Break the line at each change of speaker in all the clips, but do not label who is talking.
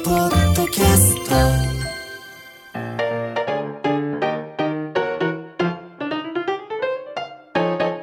TBS ポッドキャスト
えー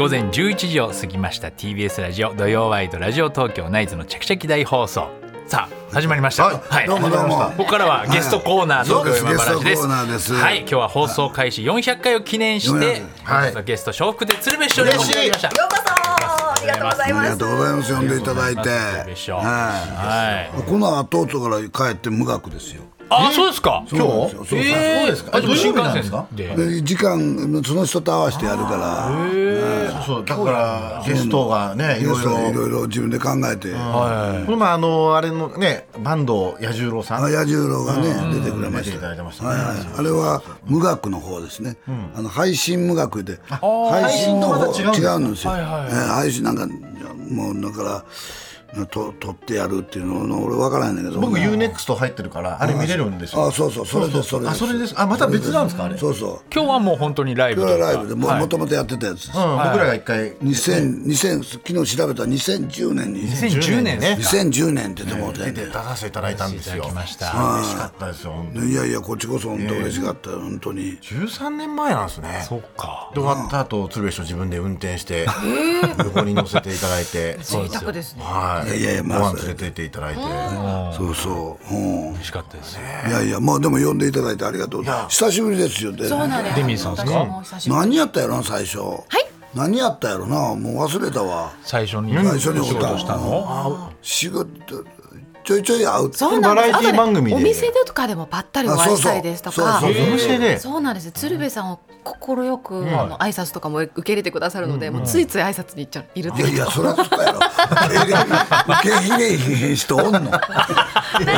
午前11時を過ぎました TBS ラジオ土曜ワイドラジオ東京ナイツのチャキチャキ大放送さあ始まりました、
はいどうもどうも
ここからはゲストコーナー
そう
東
で
京山
す
原
ゲ
です
ストコーナーです
はい今日は放送開始400回を記念して、
は
本
い
日のゲスト笑福で鶴瓶師匠にお越しいただきました
ようこそありがとうござい
あり
ま
が
す
とうございます呼んでいただいて
鶴瓶師匠
は
はい
いこの後々から帰って無学ですよ
あそうですか
今日そうそう
えー
そうですか
あでも
土
新
曜日な
幹
んです
線
か
で
で時間その人と合わせてやるから
そうだからゲストがねい
ゲ
ろ
ストい
いろ
ろいろ自分で考えて
この前あのあれのね坂東彌十郎さん
矢十郎がね出てくれま
出
して
い
た
ただいてましたね
はいはい、あれは無学の方ですね、あの配信無学で配信の方
配信とまた違
違
う
うんですよ、えー配信なんかもうだからと取ってやるっていうの俺分からないんだけど
僕 UNEXT 入ってるからあれ見れるんですよ
あそうそうそれですそれです
あそれですあまた別なんですかあれ
そうそう
今日はもう本当にライブ
そ
と
れ
いうか
はライブでも,、
はい
ともとやってたやつです、
うん僕らが一回
2000 2000昨日調べたら2010年に
2010年ね
2010年って言ってもうて、
出て出させていただいたんですよ
出ていただきました
嬉しかったですよ本当に
いやいやこっちこそ本当嬉しかったよ本当に
13年前なんですね
そっか
で終わった後鶴瓶師匠自分で運転して横に乗せていただいて そうです
そうですね
はい
いやいやまあ
ご飯連れて行っていただいて
そうそう、うん、
嬉しかったです
いやいやまあでも呼んでいただいてありがとう久しぶりですよで
そうなんです
デミーさんですか
私も久しぶり
何やったやろな最初何やったやろなもう忘れたわ
最初に
最初に
お仕事したの
仕事ちょいちょい会う
そうなんです
バラエティ番組で
あとねお店でとかでもばったりお会いしたりですと
あ
か
そ
お
うそうそうそうそう
店で
そうなんです鶴瓶さんを心よく、あの挨拶とかも受け入れてくださるので、もうついつい挨拶に行っちゃういるっ
い
て
や
いう
いやそりゃそうやろ受け入れ受け入れへん人おんの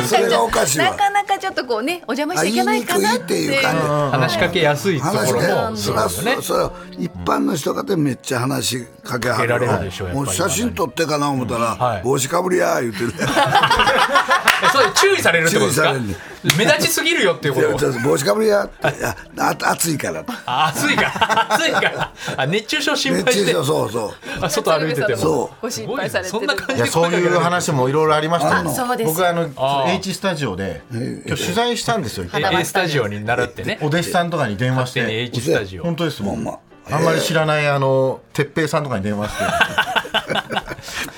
それがおかしい
な
わ
かなかちょっとこうねお邪魔しちゃいけないかなって
言いにくいっていう感じ
話しかけやすいとこ
話
ろ
で
も
そ
そう
ら
です
そ
よね
そら一般の人かてめっちゃ話しかけは
かけられるでしょうやっぱ
も
り
う写真撮ってかな思った
は
ら
い
帽子かぶりや言うてる
えそれ注意されるってことですか
注意さ
目立ちすぎるよっていうこ
いやち
と
ょっと帽子かぶりやっていやあ暑いから
あ暑いから 暑いからあ熱中症心
熱
配し
中
て
症そうそう
あ外歩いてても
そう
ご心配されてる
すごいなそんな感
い
じ
や
で
そういう話もいろいろありました
あ
よ
そうです
僕はあの
あー
H スタジオで今日取材したんですよ一回
花
え
丸
A スタジオに習ってね
お弟子さんとかに電話し
勝手に
て
H スタジオ
本当ですもん、
ほんま
あんまり知らないあの哲平さんとかに電話して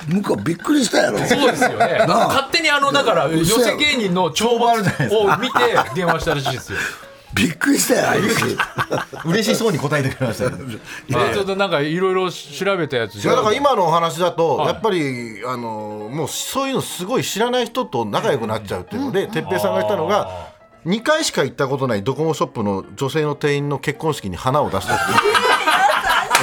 向こうびっくりしたやろ
そうですよね
あ
勝手にあのだから寄
嘘や
せ
ろ
芸人の帳簿を
帳簿あるじゃないです
見て電話したらしいですよ
びっくりしたやろあいつ
嬉しそうに答えてくれま したね
あちょっとなんかいろいろ調べたやつ
いやだから今のお話だと、
はい
やっぱりあのもうそういうのすごい知らない人と仲良くなっちゃうっていうので哲平、さんが言ったのが2回しか行ったことないドコモショップの女性の店員の結婚式に花を出したっていう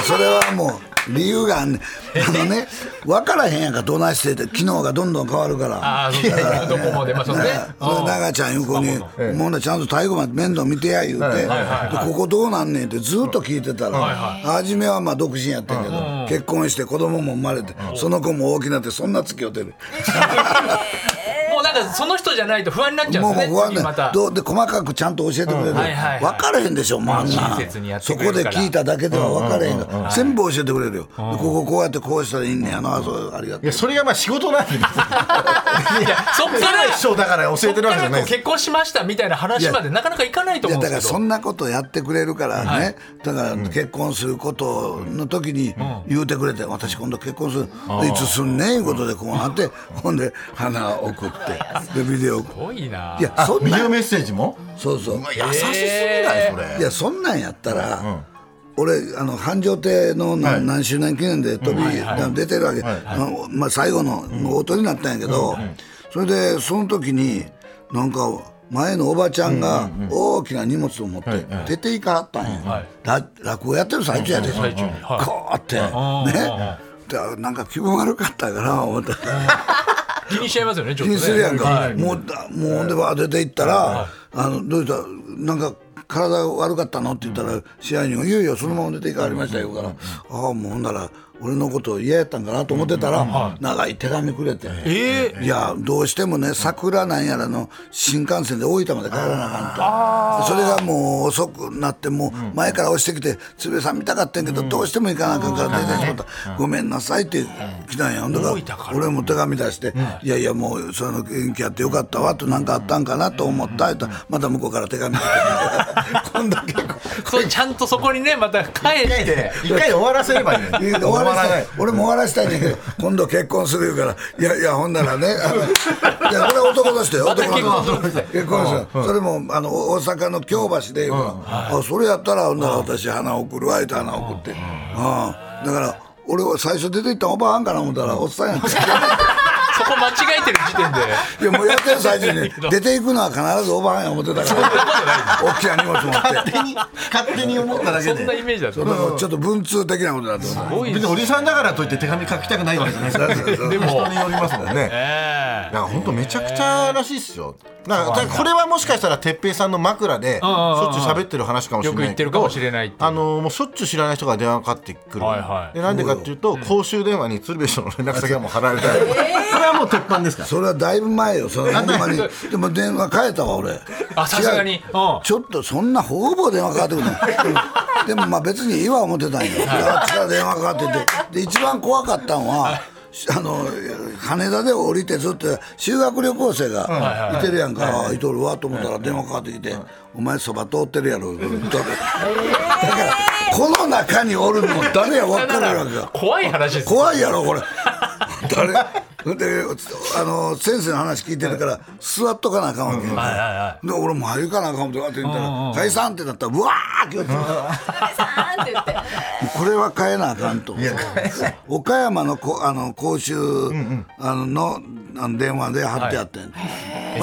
それはもう理由があんねんあのね分からへんやんかどないしてて機能がどんどん変わるから
あーそうかどこまでまあそうね
それ長ちゃん横に「もんなちゃんと最後まで面倒見てや」言うてで「ここどうなんねん」ってずっと聞いてたら初めはまあ独身やったけど結婚して子供も生まれてその子も大きなってそんな付き合うてる
もうなんかその人じゃないと不安になっちゃ
も
う
うん
ですね
不安
次
ね
また
どうで細かくちゃんと教えてくれる分
はいはいはい
からへんでしょもうあんな
親切にやって
そ
くれ
こ
る
で
から
聞いただけでは分からへんが全部教えてくれるよでこここうやってこうしたらいいねやなあそうありが
い
とう
やそれがまあ仕事なんで別に
いやそっから
一生だから教えてるわけじ
こっからこ
ゃない
う
です
結婚しましたみたいな話までなかなかいかないと
い
思
や
うんで
だ
す
か
け
ら
ど
そんなことやってくれるからね、だから結婚することの時に言うてくれて、私今度結婚する、いつすんねんいうことでこうなって、ほんで花を送ってでビデオ
すごいない
やそん
ビデ
な
オ
ん
メッセージも
そうそう
優しすぎないそれ、
いやそんなんやったら、俺あの繁盛亭のな
はい
何周年記念で飛び、な出てるわけ、あのまあ、最後の音になったんやけど、それでその時になんか前のおばちゃんが大きな荷物を持って出ていかはったんや、
はい
ら落語やってる最中やで、こう
最中にはい
やって、ねでなんか気分悪かったから思った
気にしちゃいますよねちょっとね
気にするやんか、
はい
もうだもうほんでわー出て行ったら、あのどうしたなんか体悪かったの?」って言ったら試合にいよいよそのまま出ていかれましたよ」から「ああもうほんなら俺のこと嫌やったんかな」と思ってたら長い手紙くれて「いやどうしてもね桜なんやらの新幹線で大分まで帰らなあかんと」それがもう遅くなってもう前から押してきて「鶴瓶さん見たかったんやけどどうしても行かなあかんから出てしまったごめんなさい」って来たんやほんだか
大分
ら
から
俺も手紙出して「いやいやもうその元気やってよかったわ」と何かあったんかなと思った言うたらまた向こうから手紙来て こんだけ
そうちゃんとそこにねまた帰っ
回
て
で一回終わらせればいいのに
言うて終わらしたい俺も終わらしたいねんだけど今度結婚する言うから「いやいやほんならねあのいやこれは男としてよ
また
男
結婚するん
と
で
し
す
て
ね
結婚ですよそれもあの大阪の京橋で言うから「あそれやったらほんなら私花送るわ」言うて花送ってああだから俺は最初出て行ったんおばあんかな思ったらおっさんやった
そこ間違えてる時点で
いやもうやってる最中に 出ていくのは必ずおばあんや思ってたから大きな荷物持 って
勝手に思っただけ
そんな
で
イメージだった
それもちょっと文通的なことだと思う
多いで
別
す
におじさんだからといって手紙書きたくないわけじゃないですから
でも
人によりますもんね
え
いや本当めちゃくちゃらしいっすよなんかこれはもしかしたら哲平さんの枕でし
んうんうん
ょっちゅう喋ってる話かもしれ
よ
ない
く言ってるかもしれないっていう
あのもうしょっちゅう知らない人が電話かかってくる、
はいはい
でなんでかっていうと、公衆電話に鶴瓶師匠の連絡先はもう貼られてある、これはもう鉄板ですから
それはだいぶ前よそれはほんまにでも電話変えたわ俺
あさすがに
違う
うん
ちょっとそんなほぼ電話かかってくるのでもまあ別にいいわ思ってたんよあっちから電話かかっててで一番怖かったんはあの羽田で降りてずっと修学旅行生がいてるやんか、あいとるわと思ったら電話かかってきて「お前そば通ってるやろ」だからこの中におるの誰や分からんわけよ
怖い話です
怖いやろこれ 誰であの先生の話聞いてるから座っとかなあかんわけよ、
はいはいは
で俺も入るかなあかんってわーって言ったら「解散」ってなったらうわーって言って
あーって言って
これは変えなあかんと岡山のこあの公衆あののあの電話で貼ってあってん、こ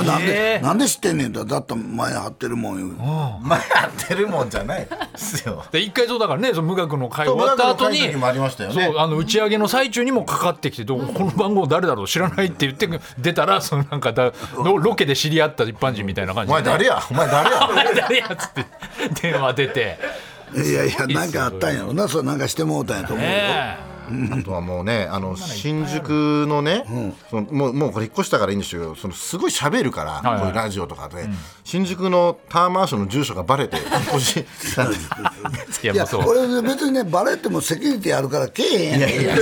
れなんで、
えー
なんで知ってんねんってだったら前貼ってるもん言う
前貼ってるもんじゃないですよ
で一回そうだからねその無学の会終わった後に
無学の会の時もありましたよね
そうあの打ち上げの最中にもかかってきてどうこの番号誰だろう知らないって言って出たらそのなんかだロロケで知り合った一般人みたいな感
お
じで
前誰や お前誰や
お前誰やっつって電話出て
いやいやなんかあったんやろなそれなんかしてもうたんやと思うよ、
ね
あとはもうねあの新宿のね、そのもうもうこれ引っ越したからいいんですけどそのすごい喋るから、
いはい
こういうラジオとかで、新宿のタワーマンションの住所がバ レて引っ越し
えいや
い
も
や
うそう
これ別にねバレてもセキュリティあるからけえへんやんいや
よ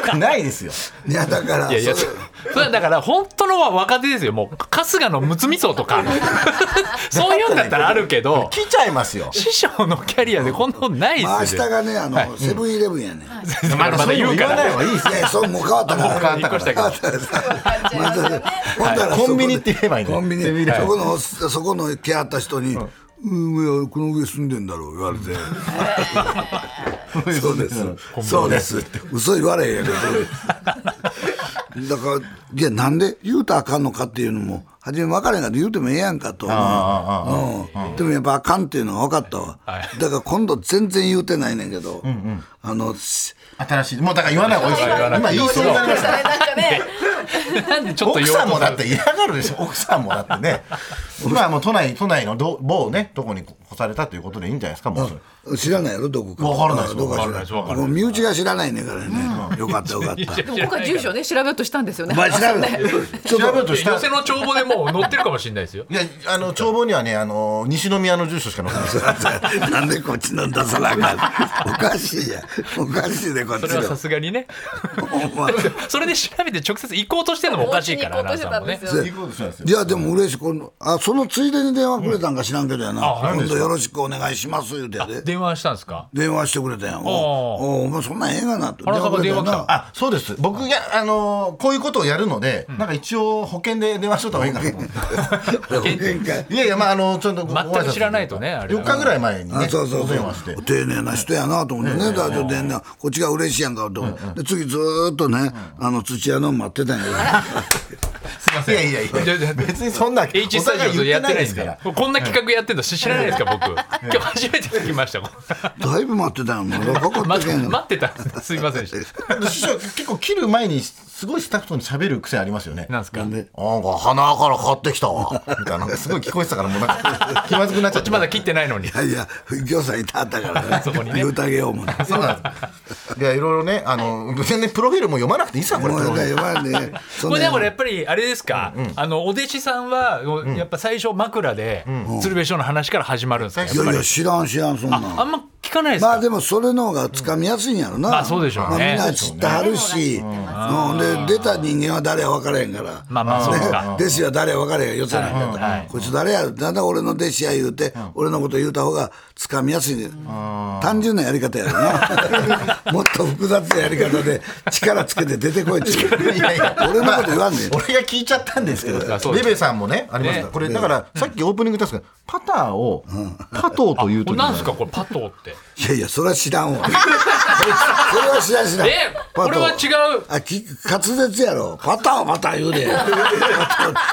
くないですよ
だから
いやいや、
そ
そ
れ
それはだから本当の若手ですよ。もう、春日のむつみ荘とか、そういうんだったらあるけど、
来ちゃいますよ
師匠のキャリアでこんなことない
まあ
です
明日
よ。
がねあのセブンイレブンやねん
まだまだ言うか
言わない
ら。
方がいいですよ
いやそうもう変わったから
もう変わったから
引っ越した
まずほんなら
コンビニって言えばいいね
コンビニ
セブンイレブン
そこのそこの来合った人に「うんいやこの上住んでんだろ」う言われ て「そうですそうです」って嘘言われへん やけどだからいやなんで言うたらあかんのかっていうのも初め分からへんから言うてもええやんかとうんでもやっぱあかんっていうのが分かったわだから今度全然言うてないねんけどあの
新しいもうだから言わない方がいいですよ今言いそうになりました
それなんかね
なんでちょっと
奥
言おうと
さんも
する
だって嫌がるでしょ奥さんもだって ね今はもう都内都内のど某ねとこに越されたということでいいんじゃないですかもうそれ
知らないやろどこか
わからないです
どこか知
わからないです
ら
わ
な
か
い
ら
も
な
う
い
身内が知らないねんからねよかったよかった
でも今回住所ね調べようとしたんですよね
お前調べ
ね
ちょっ
調べ
と
るとした
寄
ら
せの帳簿でもう載ってるかもしれないですよ。
いやあの帳簿にはねあの西宮の住所しか載ってないです
なんでこっちの出さなあかんおかしいやおかしいでこっち
それはさ
の
すがにね。
お前
それで調べて直接行こうとしてるのもおかしいから、
お家に行こ
ア
うとしてたん
ナウンサーも
で
ね
す。よ
いいことしたんですよ
いやでも嬉しいこのあそのついでに電話くれたんか知らんけどやな
あ
今度よろしくお願いします言うてやで
電話したんですか
電話してくれたんやんおおお前そんなんええがなと
原さんが電話来た
くれんな
あそうです僕が、あのーこういうことをやるので、なんか一応保険で電話しとった方がいいかなと思って
限界
いやいやまああのちょっとご
全く知らないとねあれ
4日ぐらい前にね
あそうそう
お
そう
電話して
丁寧な人やなと思ってね、だからちょっとねこっちが嬉しいやんかと思って、で次ずーっとね、あの土屋の待ってたんやけど、
すいません
いやいやいや
じゃあ
別にそんなお
H スタジ
互
オ
い
と
言
や
っ
っててな
な
いい
で
ですす
か
かららこんな企画やってるの知らないですか僕今日初めて聞きましたこ
だいぶ待ってたのにここ
れ
っ
待
て
っ
けん
て
の
待ってたんですすいませんでした
師匠結構切る前にすごいスタッフと喋る癖ありますよね
な
なん
ですか
んか鼻から買ってき たわみたいなすごい聞こえてたからもうなんか気まずくなっち
こ
ゃっ
ってちまだ切ってないのに
いやいや餃子いたあったか ら
そこに
ね
ね
歌げよう もない
そうなんですいやいろいろねあの全然プロフィールも読まなくていいさこれ
も
プ
う
ロフィール
やばいねそ ん
こ
な
れでもやっぱりあれですか、あのお弟子さんはやっぱ最初枕で鶴瓶師匠の話から始まるんですか、
うん
や
い
っぱ
やい
り
や知らん知らんそんなん
あんま聞かないですか、
まあでもそれの方がつかみやすいんやろな、
まあそうでしょうね
まあみんな知ってはるし、うん、で出た人間は誰や分からへんから、
まあまあそうか
ね、 弟子は誰や分からへんよ寄せないから、
はいはい
こいつ誰やなんだ俺の弟子や言うて、俺のこと言うた方がつかみやすいね、単純なやり方やろな もっと複雑なやり方で力つけて出てこいっていう
いやいや
俺のこと言わんねん
まあ 俺が聞いちゃったんですけど
あそうで
レ
す
ベさんもねありますから、
ね
これだから、さっきオープニングですけどパターをパトーという
ことれ
き
なんですかこれパトーって
いやいやそれは知らんわそれは知らん知らん
え
パト
これは違う
あき滑舌やろパターパター言うで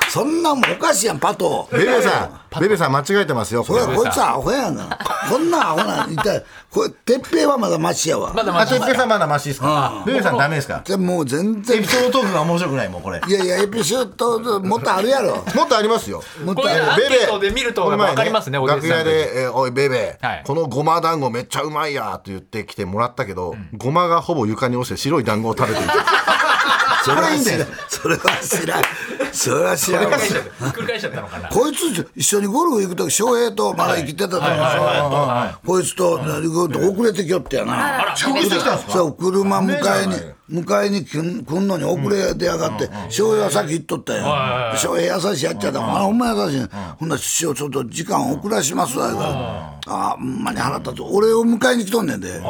そんなんもおかしいやんパト
レベさんレベさん間違えてますよこ
こ
れ
れこいつアホやなこんなアホなんいたこれてっぺいはまだマシやわ、
まだま
あ
だ
哲平さんまだマシですかレベさんダメですか
でももう全
エ
然
ピソードトークが面白くないもんこれ
いやいやエピソードもっとあるやろ
もっとありますよ
もっ
こう
とあ
いう
る
アンケートで見ると
この前
わかりますねお弟
楽
子さ
屋
んで
で、えーおいベベ、
はい
このごま団子めっちゃうまいや」と言ってきてもらったけど、ごまがほぼ床に落ちて白い団子を食べていた
それ
これい
はい
んだ
知ら
よ
んそれは知らんそれは知らんわ
繰り返しちゃったのかな
こいつ一緒にゴルフ行く時翔平とまだ生きてたと思うこいつと行くと遅れてきよってやな
遅刻してきたんですか
そう車迎え
ね
に迎えに来ん来んのに遅れてやがって翔平は先行っとったよ翔平優しいやっちゃったからほんま優しいねほんなら師匠ちょっと時間遅らしますわ言うからあほんまに腹立つ俺を迎えに来とんねんで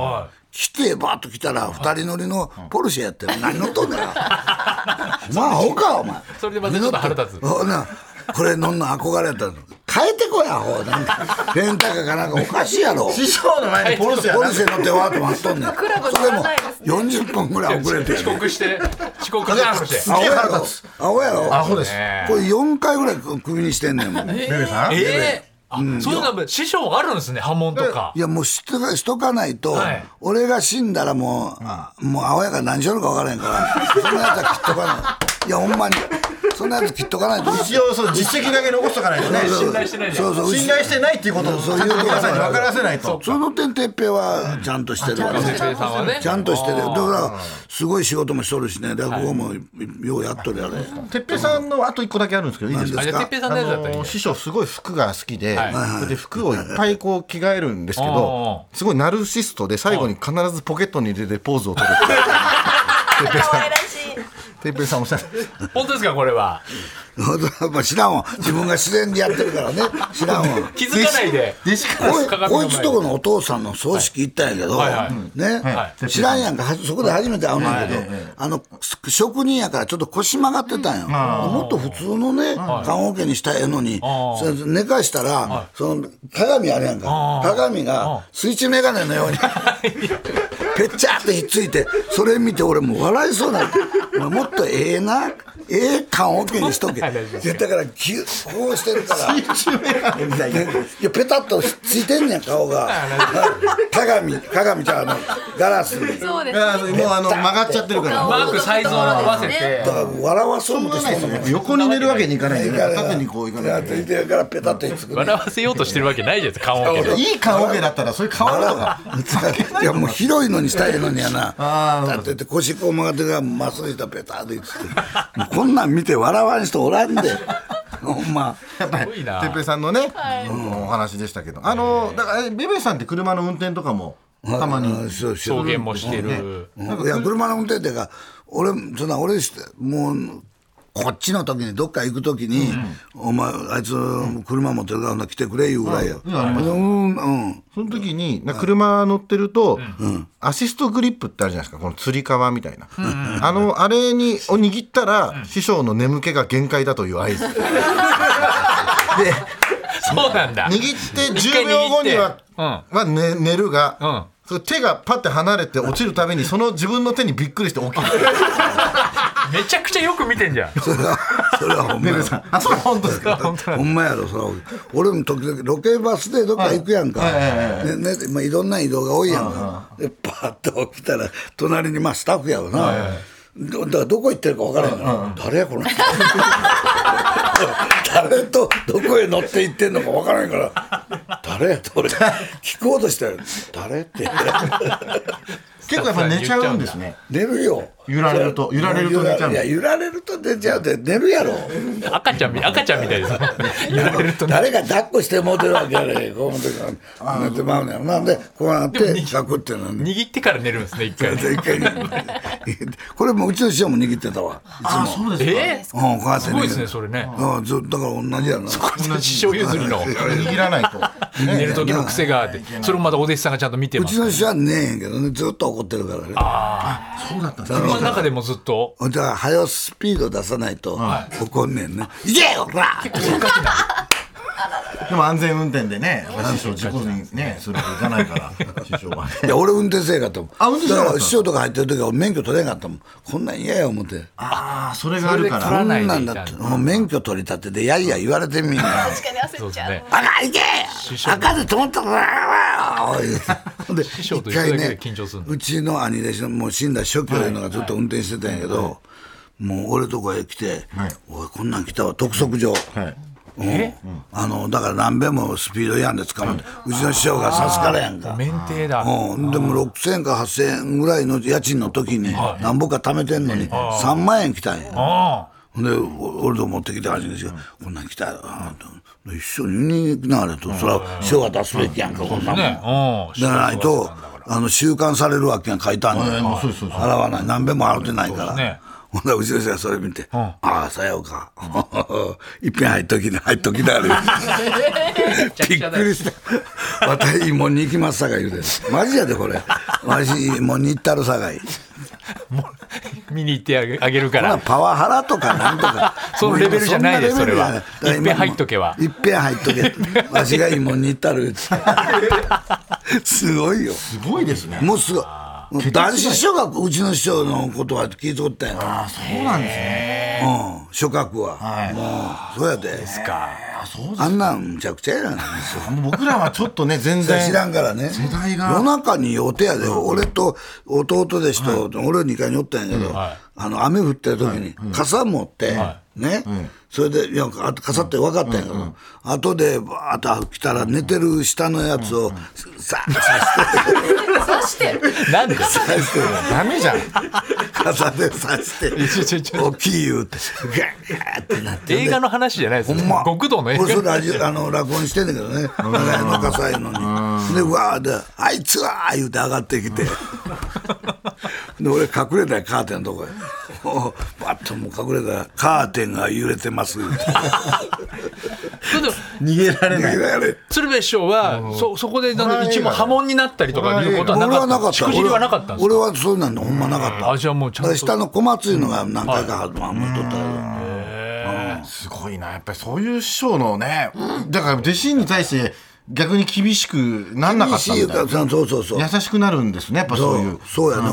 来てバーッと来たら二人乗りのポルシェやってる何乗っと んねん まあほかお前
それでまたちょっと腹立つ
ほなこれ飲んの憧れやったの変えてこいアホなんかレンタカーかなんかおかしいやろ
師匠の前にポルシェや
ポ
な
ルシェ乗ってわーっと待っとんねん
クラブ乗らないですね
それも40分ぐらい遅れて
遅刻して遅刻して遅刻して
青
すげえ
や
腹
ろ
立つ
青やろ
アホです
これ4回ぐらいクビにしてんねんもんい
ベベさん、
ええあそういうの師匠あるんですね波紋とか
やもうしとかしとかないと、
はい
俺が死んだらもう、あもう青やから何しよるか分からへんからそんなやつは切っとかないいやほんまにそんなやつ切っとかないと
一応そう実績だけ残しとかないとね
信頼してないじゃん
そうそう
信頼してないっていうことを
そういうこと
皆さんに分からせないと
その点哲平はちゃんとしてるわね
哲平さんはね
ちゃんとしてるだからすごい仕事もしとるしね落語もようやっとるやれ、
哲平さんのあと一個だけあるんですけどいいですか
あじゃあ哲平さんのやつだったらいい
あの
ね
師匠すごい服が好きで、
はい
それで服をいっぱいこう着替えるんですけど
う
すごいナルシストで最後に必ずポケットに入れてポーズを取るてっぺいさんおっしゃる
本当ですかこれは
やっぱ知らんわ自分が自然でやってるからね知らんわ
気づかないで
こい
鏡の前
こい
で
つとこのお父さんの葬式行ったんやけど、
はいはい
ね、
はい
知らんやんかはそこで初めて会うねんけど、あのす職人やからちょっと腰曲がってたんよ、もっと普通のね棺桶にしたらええのに、
あ
それ寝かしたら、その鏡あるやんか
あー
鏡が水中眼鏡のようにぺっちゃーってひっついてそれ見て俺もう笑いそうになってお前もっとええなええ棺桶にしとけ
大丈夫です
いやだからぎゅこうしてる から。いやペタッとひっついてんねん顔が 鏡鏡じゃあのガラスにだ
そうです
あーもうあの曲がっちゃってるから
マークサイズを合わせて
から笑わそうとしてんの
横に寝るわけにいかないんでね縦にこういかないんで
いてからペタッとひっつくねん
笑わせようとしてるわけないじゃないですか棺桶で
いい顔桶だったらそういう顔とか
いやもう広いのにしたいのにやな
あー
だってって腰こう曲がってるからまっすぐしたらペタッとひっつくもうこんなん見て笑わん人おらんでほんま
やっぱ
すご
り
い
て
な
っぺいさんのねうんお話でしたけどあのだからえベベさんって車の運転とかもたまに
あそうそう
証言もしてる
うんいや車の運転っていうか俺そんな俺してもうこっちの時にどっか行く時に「お前あいつ車持ってるからほんなら来てくれ」言うぐらいよ。うんうん
その時にな車乗ってると、アシストグリップってあるじゃないですかこのつり革みたいな、あのあれにを握ったら、師匠の眠気が限界だという合図で
そうなんだ
握って10秒後には、
うん
は寝寝るが、
う
それ手がパッて離れて落ちるたびにその自分の手にびっくりして起きる
めちゃくちゃよく見てんじゃん
それはそれはほんま
メ
や
ル
ろ
さんあそれ本当ですか
本当
ほんまやろそれは俺も時々ロケバスでどっか行くやんか、
はいはいはいは
ねねまあ、いろんな移動が多いやんか、でパッと起きたら隣にまあスタッフやろな、どだからどこ行ってるか分からへんから、誰やこの人 誰とどこへ乗って行ってんのか分からへんから誰やと俺聞こうとしたら誰って
結構やっぱ寝ちゃうんですね
寝るよ
揺られると揺られると寝ちゃうん
い
で
や
す
揺られると出ちゃうで寝るやろ
赤ちゃんみ赤ちゃんみたいですね言われるとね
誰が抱っこして持てるわけやねこう思ってから寝てまうねやろなんでこうなって抱くってなんで
握ってから寝るんですね一回
一回これもうちの師匠も握ってたわい
ああそうですか
えー
つも、うん、こうやって
す
ね
ごいですねそれね
ああずだから同じやな
師匠譲 りの
握らないと
寝る時の癖があってそれもまたお弟子さんがちゃんと見て
う
ま
ち
す
の師匠は寝えへんけどねずっと怒ってるからね
そうだったんです
その中でもずっと
だから早うスピード出さないと怒んねんね「いけよほら!」
でも 安全運転でね、やっぱ師匠、事故にね、するわけいかないから、 師匠はね。
いや俺運転せえかったもん
あ運転せえ
だ
へんかった
から師匠とか入ってる時は免許取れんかったもんこんなん嫌や思って
ああ、それがあるか
それ
ら。
で
こん
ないでいた
なんだってもう免許取り立てでやいや言われてみんな
確かに
そ
焦
うで
っち
す
ゃう。
ね
赤いけ
匠
赤で止まったからおいほんで
師匠と
一
行く
回
だけで
ね
緊張するんだ
うちの兄弟子のもう死んだ初期ののがずっと運転してたんやけどもう俺とこへ来て
はい
「おいこんなん来たわ督促状」
はい。
え
あのだから何べんもスピード違反で捕まってうちの師匠が刺すからやんか
免停だ
うん、でも6000円か8000円ぐらいの家賃の時になんぼか貯めてんのに3万円来たんや。
あ
ほんでお俺と持ってきたらしいんですよ、こんなん来たよあと一緒に言いに行くなあれと、それは師匠が出すべきやんか、こんなも
あ
ん。
ね
だ
うん
からないとあの収監されるわけが書いたんだよ、
もうそうですそうです
払わない何べんも払ってないから、
そうですね
ほんで後ろさんがそれ見て「ああさようか いっぺん入っときな入っときな」あれびっくりした「私いいもんに行きますさかい」言うてマジやでこれわしいいもんに行ったるさかい
見に行ってあげあげるか
これは
ら
パワハラとかなんとか
そのレベルじゃないです
もう今んな
それは
レベルじ
っぺ
ゃない
ん入っとけはい
っぺん入っとけわしがいいもんに行ったる すごいよ
すごいですね。
もうすごいもう男子師匠がうちの師匠のことは聞いとったんやな、
あそうなんですね。
うん、初覚は、
はい
もうそうやで
あそうです
あんなんむちゃくちゃやな
もう僕らはちょっと ね、全然。
知らんからね
世代が
夜中に予定やで俺と弟弟子と、俺2階におったんやけど、あの雨降ってる時に傘持って、ね、それでいやあ傘って分かったんやけど、後でバーッと来たら寝てる下のやつを、ささ
なんで
刺して
ダメじゃん。
傘で刺して大きい言うてガーってなって
映画の話じゃないです
ほんま。
極道の映
俺それ
画
ラジオあの落音してんだけどね。長屋の笠いうのに。でうわーであいつはー言うて上がってきて。で俺隠れたよカーテンのとこへ。おうバッともう隠れたらカーテンが揺れてます。
それで
逃げられ
い
な
や
い
い。やあれ
鶴瓶師匠はそそこでなんか一部波紋になったりとかいうことは
俺
なか
は
った
なかった。
しくじりはなかったんです
俺
か
はそうなんのほんまなかった。
あじゃあもうちゃんと
だから下の小松いうのが何回かあんまり取ったよ。
すごいな、やっぱりそういう師匠のね、だから弟子に対して逆に厳しくなんなか
厳
っ
したい
み
う
たい
か
な。
そうそうそう。
優しくなるんですね、やっぱそういう。
そうやな。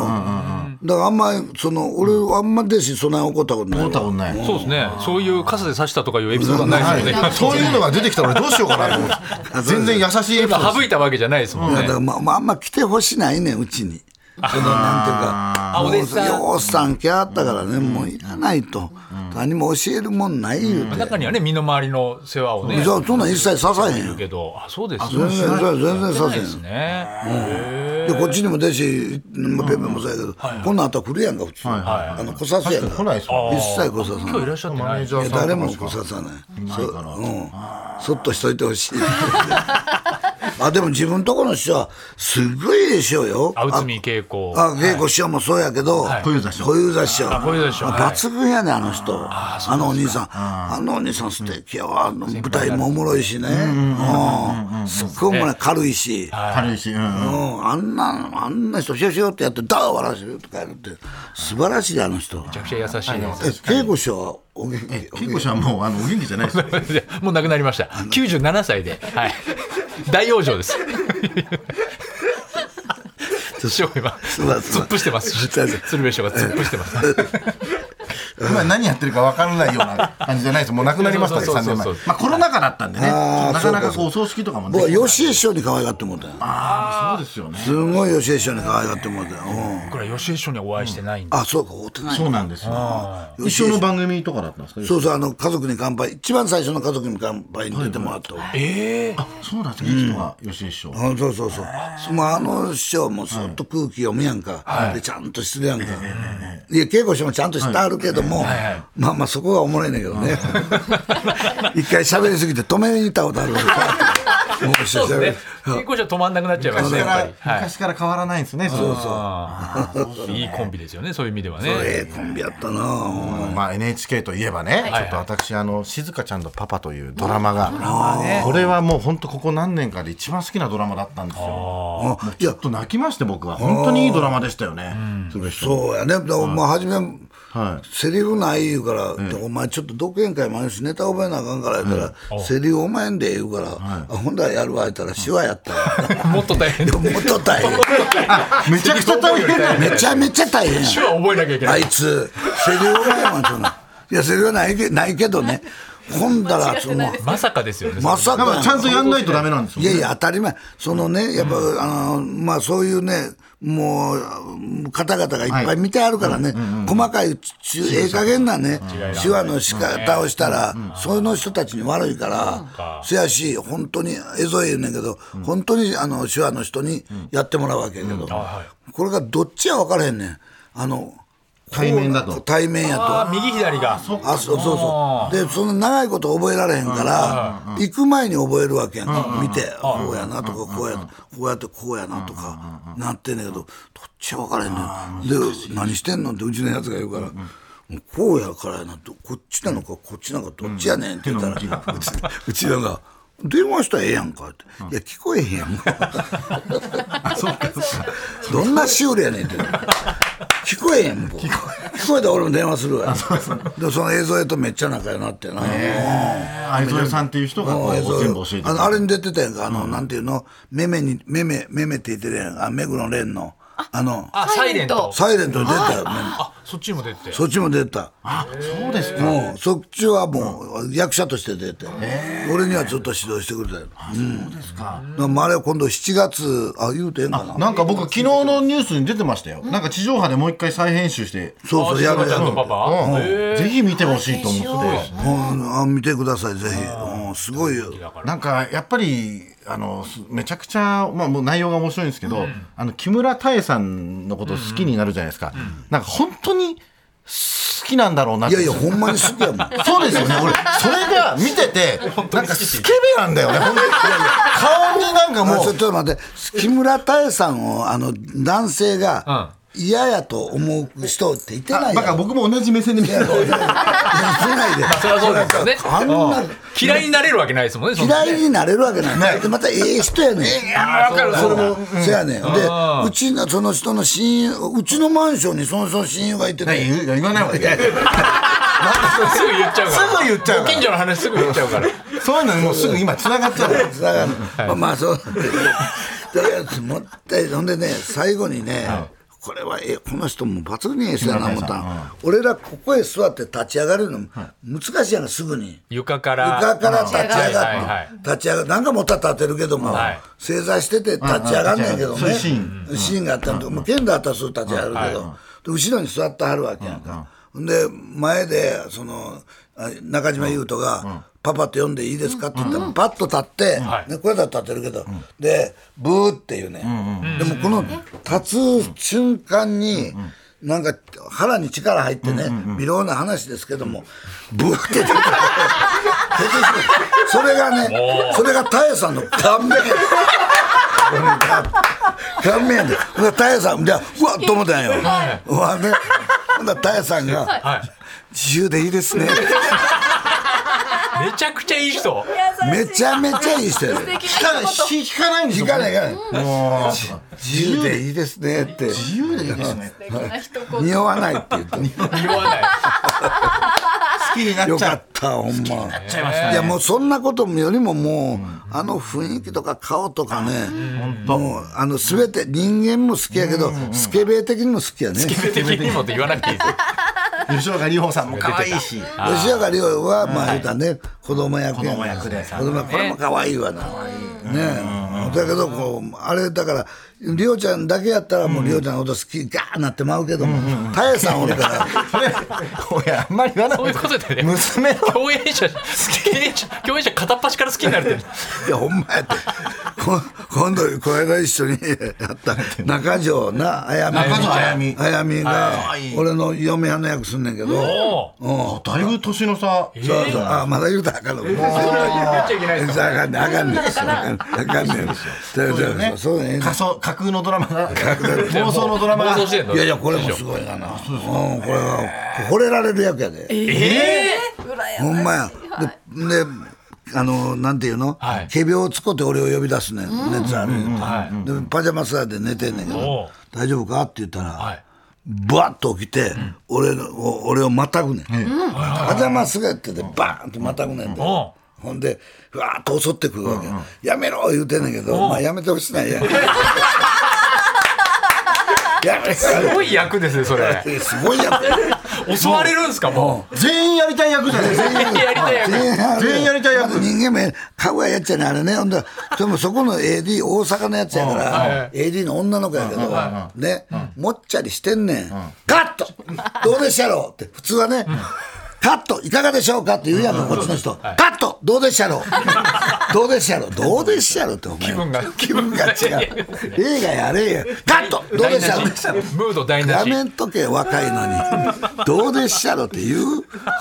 だからあんまりその俺はあんま弟子そんなに怒ったことないわ。
思ったことない。
そうですねそういう傘で刺したとかいうエピソードはないですよ
は
ね
い そういうのが出てきたら俺どうしようかなと思って。 全然優しいエピソードです
省いたわけじゃないですもん
いや
ね
だからまあまああんま来てほしないねんうちに。その
あ
なん
お
てい
弟子
うか、
さん
もうようさん来はったからね、もういらないと、何も教えるもんない言うて、
中にはね身の回りの世話をね
じゃあそんなん一切刺さへんよ
けどあそうですよ
全
ね
然全然刺
そう
さへ
です
ん
ね
でこっちにも弟子、まあ、ペンペンもそうやけど、こんなんあったら来るやんか普通、あの来さすやん
来
か
ない
ら
ですよ。
一切来ささ
今日い
ない
らっしゃって
マ
な
ネー
い
ジャ
い
ー
や
さん
誰
とか
も
しか
来ささない
ないから
うん、そっとしといてほしいあでも自分とこの師匠はすごいでしょうよ
あ内海恵子
あ、稽古師匠もそうやけど、
い小遊三師匠
小遊三師匠
あ小遊三師匠はい
抜群やね、あの人。あのお兄さん。あのお兄さん素敵やわ。あの舞台もおもろいしね。うん。すっごいおもろい。軽いし。
軽いし、うんうん。
うん。あんな、あんな人、シュシュってやって、ダー笑わせるとかやるって、素晴らしい、あの人。
めちゃくちゃ優しい
え、稽古師匠はお元気お
キ
元
コ
気
ちゃんもうあのお元気じゃないですよ。
いや もう亡くなりました。97歳で、はい、大往生です。師匠今
ません
突っ伏してます。
すいません
鶴瓶師匠が突っ伏してます。
今何やってるか分からないような感じじゃないですもうなくなりましたね
そうそ
3
うそう
年
そう
前まあコロナ禍だったんでね
あー
なかなかこうお葬式とかも
僕は
よ
吉江師匠に可愛がってもうたよ
ああそうですよね
すごい吉江師匠に可愛がってもうたよ、うん
僕ら吉江師匠にはお会いしてないんで、
あそうか会うてない
そう
な
なんですよ
一
一緒の番組とかだったんですか
そうそうあの「家族に乾杯」一番最初の「家族に乾杯」に出てもらったわ、
ええ
あそうなんですねゲストが吉井師匠
あそうそうそう、まあ、あの師匠もそっと空気読むやんか、でちゃんとしてるやんか、いや稽古してもちゃんとしてあるけども、まあまあそこがおもろいねんけどね一回喋りすぎて止めに行ったことあるもう一
そう
緒に喋
で
る
すね。結婚者止まんなくなっちゃいますね、
昔
やっ
か
ぱ
ら
り。はい
昔から変わらないんですねそうそう
あー。いいコンビですよね、そういう意味ではね。
ええコンビやったなほんま
まあ、NHK といえばね、ちょっと私あの「静香ちゃんとパパ」というドラマが、これはもう本当ここ何年かで一番好きなドラマだったんですよ
あい
ちょ
や
っと泣きまして僕は本当にいいドラマでしたよね、鶴瓶師匠
そうやね、だからまあ初め、
はい
セリフない言うから、お前ちょっと独演会もあるし、ネタ覚えなあかんから言うから、セリフお前んで言うから、あほんだらやるわ言ったら、手話やった よ。
もっと大変
で
で
も、もっと大 変。
めちゃくちゃ大変だ
めちゃめちゃ大変や
手話覚えなきゃいけ
あ
ない。
いつ、セリフお前もその。いや、セリフはないけないけどね、ほんだら、その、
まさかですよね。
まさ
から
か、
ちゃんとやんないとダメなんですよ、
いやいや、当たり前。そのね、やっぱ、あの、まあ、そういうね、もう、方々がいっぱい見てあるからね、細かい、ちええ加減なね、手話の仕方をしたら、その人たちに悪いから、せやし、本当に、えぞい言うねんけど、本当に、あの、手話の人にやってもらうわけやけど、これがどっちや分からへんねん。あの、
対面だと
こう対面やと。
あー右左が。
あそうそうそうでその長いこと覚えられへんから行く前に覚えるわけやんか見てこうやなとかこうやこうやってこうやなとかなってんねんけどどっち分からへんねんで何してんのってうちのやつが言うから。もうこうやからやなとこっちなのかこっちなのかどっちやねんって言ったら、うち うちのが「電話したらええやんか」って「いや聞こえへんや んか」どんなシュールやねんって。聞こえへんもん。聞こえ聞こえたら俺も電話するわ。で、その映像へとめっちゃ仲良くなってな。
相添さんっていう人がこう
映像
全部教えてく
あ
れる
のあれに出てたやんか、あの、なんていうの、めめに、めめ、めめって言ってるやんか、あ目黒蓮の、あの、
あ、サイレント。
サイレントに出たよ、メメ
あ、そっちにも出て。
そっちも出た。
あそうですか、
もう、そっちはもう、役者として出て、俺にはずっと指導してくれたよ。
そうですか
うん。まあ、あれは今度7月、あ、言うてええんかな。
なんか僕昨日のニュースに出てましたよ、なんか地上波でもう一回再編集して、
そうそう、やる
ち
や
ゃんと
る。
パパ。
ぜひ見てほしいと思って。
うんあ見てください、ぜひ。うんすごいよ。
なんかやっぱりあのすめちゃくちゃ、まあ、もう内容が面白いんですけど、あの木村多江さんのことを好きになるじゃないですか、なんか本当に好きなんだろうなっ
い
て
やいや、ほんまに好きやもん。
そうですよね俺それが見ててなんかスケベなんだよね本当に顔になんか
あち
も
ょっ
う
と待って木村多江さんをあの男性が嫌やと思う人っていてないや
だから
ん
僕も同じ目線で見てる
いや
そりゃそうですよね。
あんな
嫌いになれるわけないですもんね、そんな
嫌いになれるわけないでまたええ人やねん
あーわかる
そ れも、せやねんでうちのその人の親友うちのマンションにその人の親友がいて
言
ね
う言わないわけ
すぐ言っちゃうから。
すぐ言っちゃう
ご
から
近所の話すぐ言っちゃうから。
そういうのにもうすぐ今つながっちゃう
だから、まあまあそうだからもったいほんでね最後にね、これはえこの人も抜群にええ人やな思ったん、俺らここへ座って立ち上がれるの難しいやんかすぐに。
床から。
床から立ち上
はいはいは
が
い
る立ち上がるなんか持ったら立てるけども、
はい
正座してて立ち上がんねんけどね、
うんうん
シ
うんそういうシー
ーンがあったんで、もう剣であったらすぐ立ち上がるけど、で後ろに座ってはるわけやんか、ほんで前でそのあ中島優斗が、パパって呼んでいいですか?」って言ったら、パッと立って、
はい
ね、これだと立てるけど、でブーっていうね、でもこの立つ瞬間に、なんか腹に力入ってね、微量な話ですけども、ブーって出て くる。それがね、それがタエさんの顔 面。顔面で。ほんでタエさん、じゃうわっと思ったんよ。うわね。ほんだらタエさんが、
は
自由でいいですね。
い。めちゃくちゃいい人。
めちゃめちゃいい人やで。
聞かない引かないんです
聞
よ
かないかない。
もう
自由でいいですねって。
自由でいいですね
匂わないって言って。
言わない。
好きにな
よ
っち
か
ゃう
った、ほんま。
ちゃいました
いやもうそんなことよりももう、あの雰囲気とか顔とかね、もうあの全て人間も好きやけど、スケベ的にも好きやね。
決定的にもって言わなくていいですよ。
吉岡里帆さんも可愛いし。
吉岡里帆はまあ言うたらね子供役や
子供役で
子供役これも可愛いわなねえだけどこうあれだからりょうちゃんだけやったらもうりょうちゃんのこと好きガーなってまうけどもたえさんおるから
それ、おいあんまり言わない
そういうことだよね
娘の
共演者経営者共演者片っ端から好きになるって
いやほんまやってこ今度これが一緒にやった中条なあやみ
中条あやみ
あやみが
い
俺の嫁はんの役すんねんけど
お
うん
だいぶ年の差。
そうそうあまだ言うたらあかんのもう
言っちゃいけないです
あかんねんあかんねんあかんねんそうそうそうそうね
仮想架空のドラマが妄想のドラマが
妄想してんの
いやいやこれもすごいがなうんこれは惚れられる役やで
え
ほんまやでであのなんていうの
はい
仮病を使って俺を呼び出すねん熱ある言うてでパジャマ姿で寝てんねんけ
お
ど
う
「大丈夫か?」って言ったら、
はい
バッと起きて、俺のお俺をまたぐねん、パジャマ姿でバーンとまたぐねんで、
おう
ほんでふわーっと襲ってくるわけ、やめろ言うてんねんけど、まあ、やめてほし ないやんやめろ
すごい役ですねそれ
すごいやん
襲われるんですかも
全員やりたい役じゃないですか
やりたい役
全員やりたい役
まだ人間名かぐややっちゃねあれねほんででもそこの AD 大阪のやつやか
うんは
ら AD の女の子やけどねもっちゃりしてんねんカットどうでしたろうって普通はねカットいかがでしょうかって言うやんかこっちの人カットどうでしたろうどうでしたろうどうでしたろうってお前気
分が
気分が違う映画やれやカットどうでしたろう
うムード台無
や
し
めんとけ若いのにどうでっしゃろって言う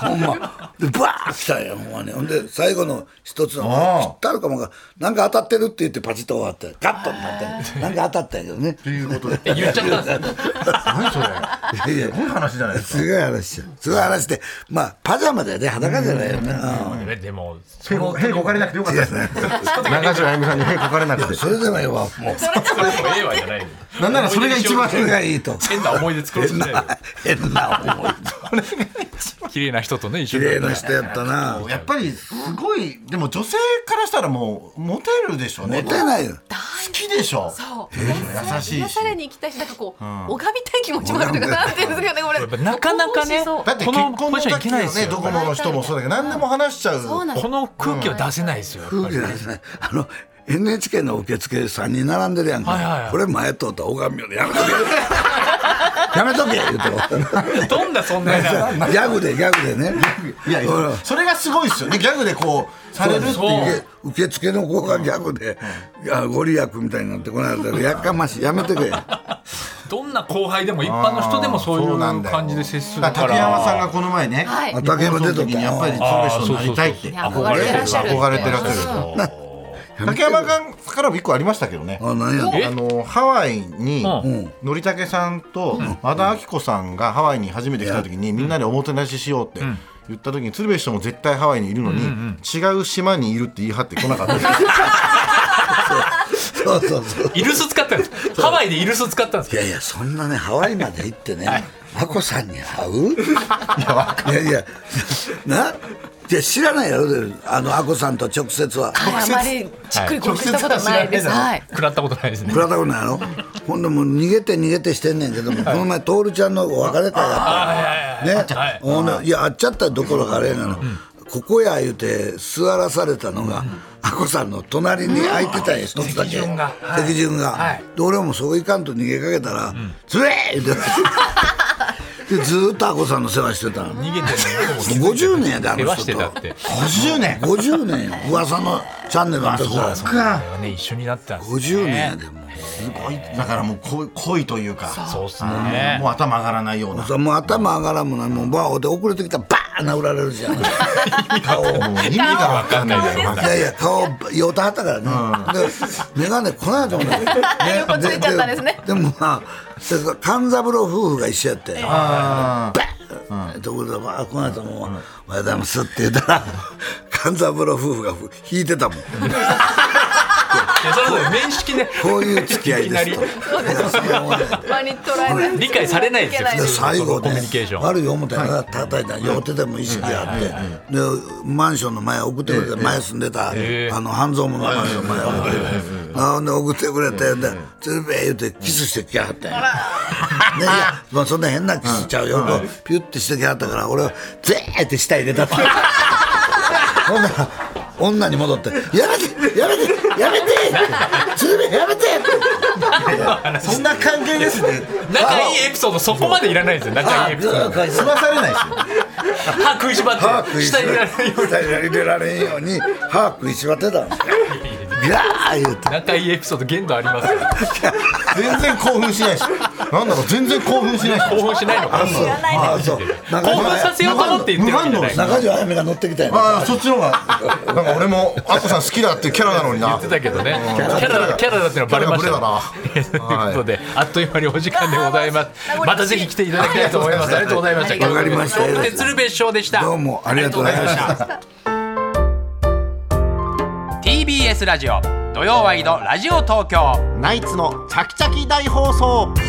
ほんまでバーッ来たんやほんまにほんで最後の一つの切ったるかもがなんか当たってるって言ってパチッと終わってガッとなってなんか当たったんやけどね
ってい うことで。
言っちゃったんです
何それ。す
いやいや
ごい話じ ゃないですか。
すごい話やすごい話でまあパジャマだよね裸じゃないよね、うん
ねでも
屁こ屁こかれなくてよかったですね。中条あやみさんに屁こかれなくて。
それでもええわもう
それもええわじゃない
なんならそれが一番
それがいいと
変な思い出作ろうと
変
しない
な変な思い
綺麗な人とね一緒
綺
に
麗な人やったな
やっぱりすごいでも女性からしたらもうモテるでしょうね
モテないよ
好きでしょ
そう
優しい
癒
し
されに行きたいしなんかこう拝みたい気持ちもあるというかなんていうんですかねこ
やっぱ
れ
なかなかね
そう
だって結婚の
このポジションい
時
けない
の
ですよ
ねドコモの人もそうだけど何でも話しちゃう
そうなんです
この空気は出せないですよやっぱ
空気なんですね。あの NHK の受付3人並んでるやんか、
はいはいはい
これ前通ったら拝みよねやめとけ やめとけ 言
りどんなそんなやな
うてギャグでギャグでね
いやい
ほら
やそれがすごいですよねギャグでこうされるって
そう
いう
受受付の子がギャグで、いやご利益みたいになってこないからやかましいやめてくれ
どんな後輩でも一般の人でもそういう感じで接するか
竹
ら
山さんがこの前ね
はい
竹山出とった
時にやっぱりプロフェッショナルになりたいって
あーそうそうそう憧れてらっしゃる
憧れてらっしゃる竹山さんからも一個ありましたけどね
あなんや
え
あのハワイに、
う
のりたけさんと和田アキ子さんがハワイに初めて来た時にみんなでおもてなししようって言った時に鶴瓶師匠も絶対ハワイにいるのに違う島にいるって言い張ってこな かったです
そうそうそう
イルス使ったんですハワイでイルス使ったんです
い
けど
やいやそんなねハワイまで行ってね眞子さんに会ういやいやないや知らないやろであのアコさんと直接は
はいあまりじっくりこうしたことはないですはい
食らったことないですね
食らったことないやろほんでもう逃げて逃げてしてんねんけども、この前徹ちゃんのお別れ会があったね
はい
ほんでいや会っちゃったどころかあれやがな、ここや言うて座らされたのが、あこさんの隣に空いてたんや一つだ
席
け
順がはい
席順が
はい
で俺もそういかんと逃げかけたら「つ、れ、え言う てでずーっとあこさんの世話してたの
逃げてるのに
50年やであ
世
の
話し
人
て
と
たって
50年
50年よ噂のチャンネルの時から
そうだよね一緒になってたんですね
50年やでもう
すごいだからもう恋恋というか
そうっすね
もう頭上がらないような
さもう頭上がらんもないもうバーで遅れてきたらバーン殴られるじ ゃんい
もう意味がわかんないだ ろ
やいや顔よたはったからね、で眼鏡こない と思うね
横ついちゃったんですね
でもまあそれから勘三郎夫婦が一緒やって
あー
ところでバーこないともう「おはようございます」って言ったら勘三郎夫婦が引いてたもんで
やそれは面識ね
こういう付き合いですと。
いき
まに捉えない
理解されないですよ
いけ
で
な
最後
コミ
ね
ュニケーション
悪い思ったから叩いた両手でも意識あってでマンションの前送ってくれた前住んでたあの半蔵門のマンションの前送ってくれたほんで送ってくれてで「鶴瓶」言うてキスしてきはったんやでいやまあそんな変なキスちゃうよとピュッてしてきはったから俺は「ぜー」って下入れたって ほんなら女に戻って「やめてやめてやめて!」って「鶴瓶やめて!」ってそんな関係です ね
仲いいエピソードそこまでいらない ですよ仲いいエピソード
済まされないですよ
歯食いしば
歯
って
食いし
下
ば
にいられないように
下に入れられんように歯食いしばってたのガー言うて
仲いいエピソード限度ありますよ
全然興奮しないしなんだろう全然興奮しないし
興奮しないのかな
ああそう中
興奮させようと思って言ってるわけじゃない
条中条あやめが乗ってきたよ
ああそっちの方がなんか俺もアッコさん好きだっていうキャラなのにな
言ってたけどね キャラキャラだってのはバレましたねということで、あっという間にお時間でございます。またぜひ来ていただきたいと思います。ありがとうございました。
わかりました
ということで鶴瓶師匠でした。
どうもありがとうございました。
TBS ラジオ土曜ワイドラジオ東京
ナイツのチャキチャキ大放送